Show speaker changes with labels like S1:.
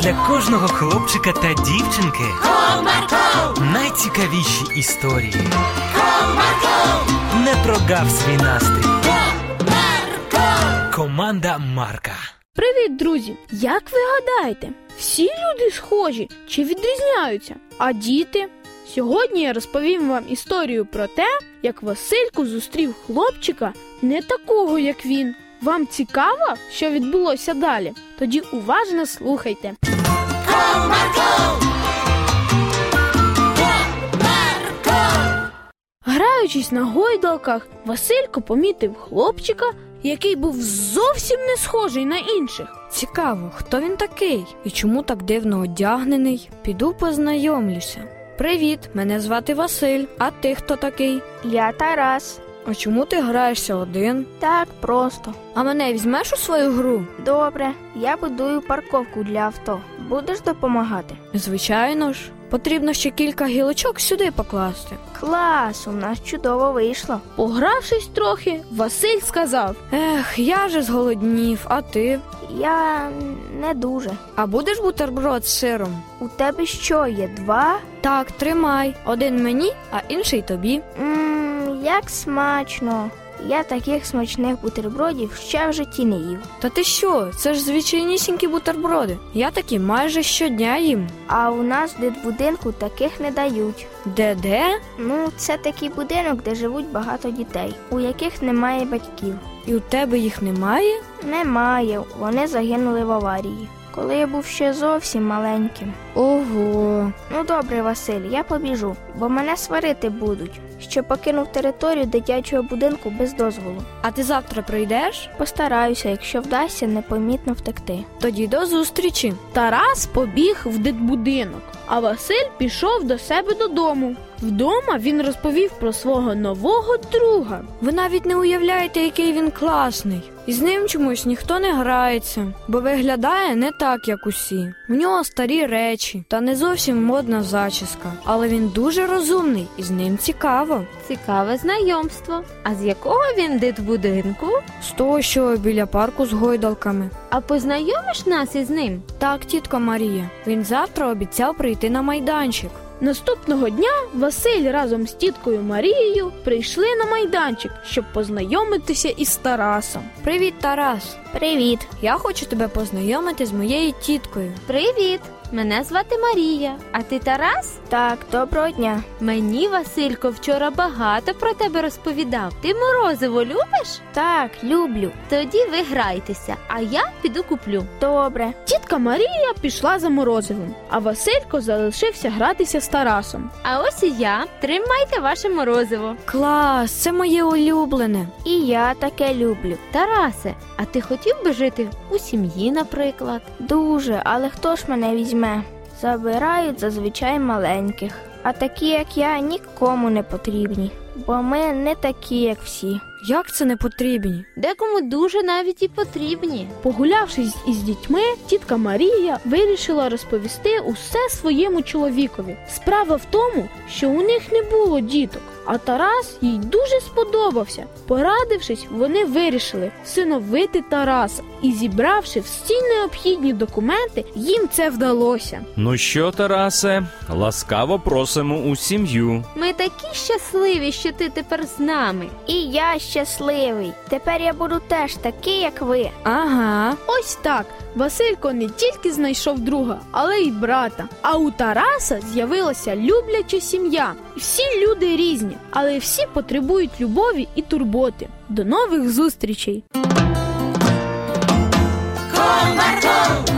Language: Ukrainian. S1: для кожного хлопчика та дівчинки
S2: Comarco,
S1: найцікавіші історії.
S2: comarco,
S1: Не прогав свій настрій.
S2: comarco.
S1: Команда Марка.
S3: Привіт, друзі! Як ви гадаєте, всі люди схожі чи відрізняються? А діти? Сьогодні я розповім вам історію про те, як Василько зустрів хлопчика не такого, як він. Вам цікаво, що відбулося далі? Тоді уважно слухайте. Граючись на гойдалках, Василько помітив хлопчика, який був зовсім не схожий на інших.
S4: Цікаво, хто він такий і чому так дивно одягнений? Піду познайомлюся. Привіт, мене звати Василь. А ти хто такий?
S5: Я Тарас.
S4: А чому ти граєшся один?
S5: Так просто.
S4: А мене візьмеш у свою гру?
S5: Добре, я будую парковку для авто. Будеш допомагати?
S4: Звичайно ж, потрібно ще кілька гілочок сюди покласти.
S5: Клас, у нас чудово вийшло.
S3: Погравшись трохи, Василь сказав:
S4: Ех, я же зголоднів, а ти?
S5: Я не дуже.
S4: А будеш бутерброд з сиром?
S5: У тебе що є два?
S4: Так, тримай. Один мені, а інший тобі.
S5: Мм, як смачно. Я таких смачних бутербродів ще в житті не їв.
S4: Та ти що? Це ж звичайнісінькі бутерброди. Я такі майже щодня їм.
S5: А у нас в дитбудинку таких не дають.
S4: Де-де?
S5: Ну, це такий будинок, де живуть багато дітей, у яких немає батьків.
S4: І у тебе їх немає?
S5: Немає, вони загинули в аварії, коли я був ще зовсім маленьким.
S4: Ого.
S5: Ну добре, Василь, я побіжу, бо мене сварити будуть, що покинув територію дитячого будинку без дозволу.
S4: А ти завтра прийдеш?
S5: Постараюся, якщо вдасться непомітно втекти.
S4: Тоді до зустрічі.
S3: Тарас побіг в дитбудинок, а Василь пішов до себе додому. Вдома він розповів про свого нового друга.
S4: Ви навіть не уявляєте, який він класний. І з ним чомусь ніхто не грається, бо виглядає не так, як усі. В нього старі речі та не зовсім модна зачіска. Але він дуже розумний і з ним цікаво.
S6: Цікаве знайомство. А з якого він дитбудинку?
S4: З того, що біля парку з гойдалками.
S6: А познайомиш нас із ним?
S4: Так, тітка Марія, він завтра обіцяв прийти на майданчик.
S3: Наступного дня Василь разом з тіткою Марією прийшли на майданчик, щоб познайомитися із Тарасом.
S4: Привіт, Тарас!
S5: Привіт!
S4: Я хочу тебе познайомити з моєю тіткою.
S6: Привіт! Мене звати Марія. А ти Тарас?
S5: Так, доброго дня.
S6: Мені Василько вчора багато про тебе розповідав. Ти морозиво любиш?
S5: Так, люблю.
S6: Тоді ви грайтеся, а я піду куплю.
S5: Добре.
S3: Тітка Марія пішла за морозивом, а Василько залишився гратися з Тарасом.
S6: А ось і я. Тримайте ваше морозиво.
S4: Клас, це моє улюблене.
S5: І я таке люблю.
S6: Тарасе, а ти хотів би жити у сім'ї, наприклад?
S5: Дуже, але хто ж мене візьме? Забирають зазвичай маленьких. А такі, як я, нікому не потрібні, бо ми не такі, як всі.
S4: Як це не потрібні?
S6: Декому дуже навіть і потрібні.
S3: Погулявшись із дітьми, тітка Марія вирішила розповісти усе своєму чоловікові. Справа в тому, що у них не було діток, а Тарас їй дуже сподобався. Порадившись, вони вирішили всиновити Тараса і зібравши всі необхідні документи, їм це вдалося.
S7: Ну що, Тарасе, ласкаво просимо у сім'ю.
S6: Ми такі щасливі, що ти тепер з нами.
S5: І я щасливий. Тепер я буду теж такий, як ви.
S4: Ага.
S3: Ось так Василько не тільки знайшов друга, але й брата. А у Тараса з'явилася любляча сім'я. Всі люди різні, але всі потребують любові і турботи. До нових зустрічей!
S2: Comarco,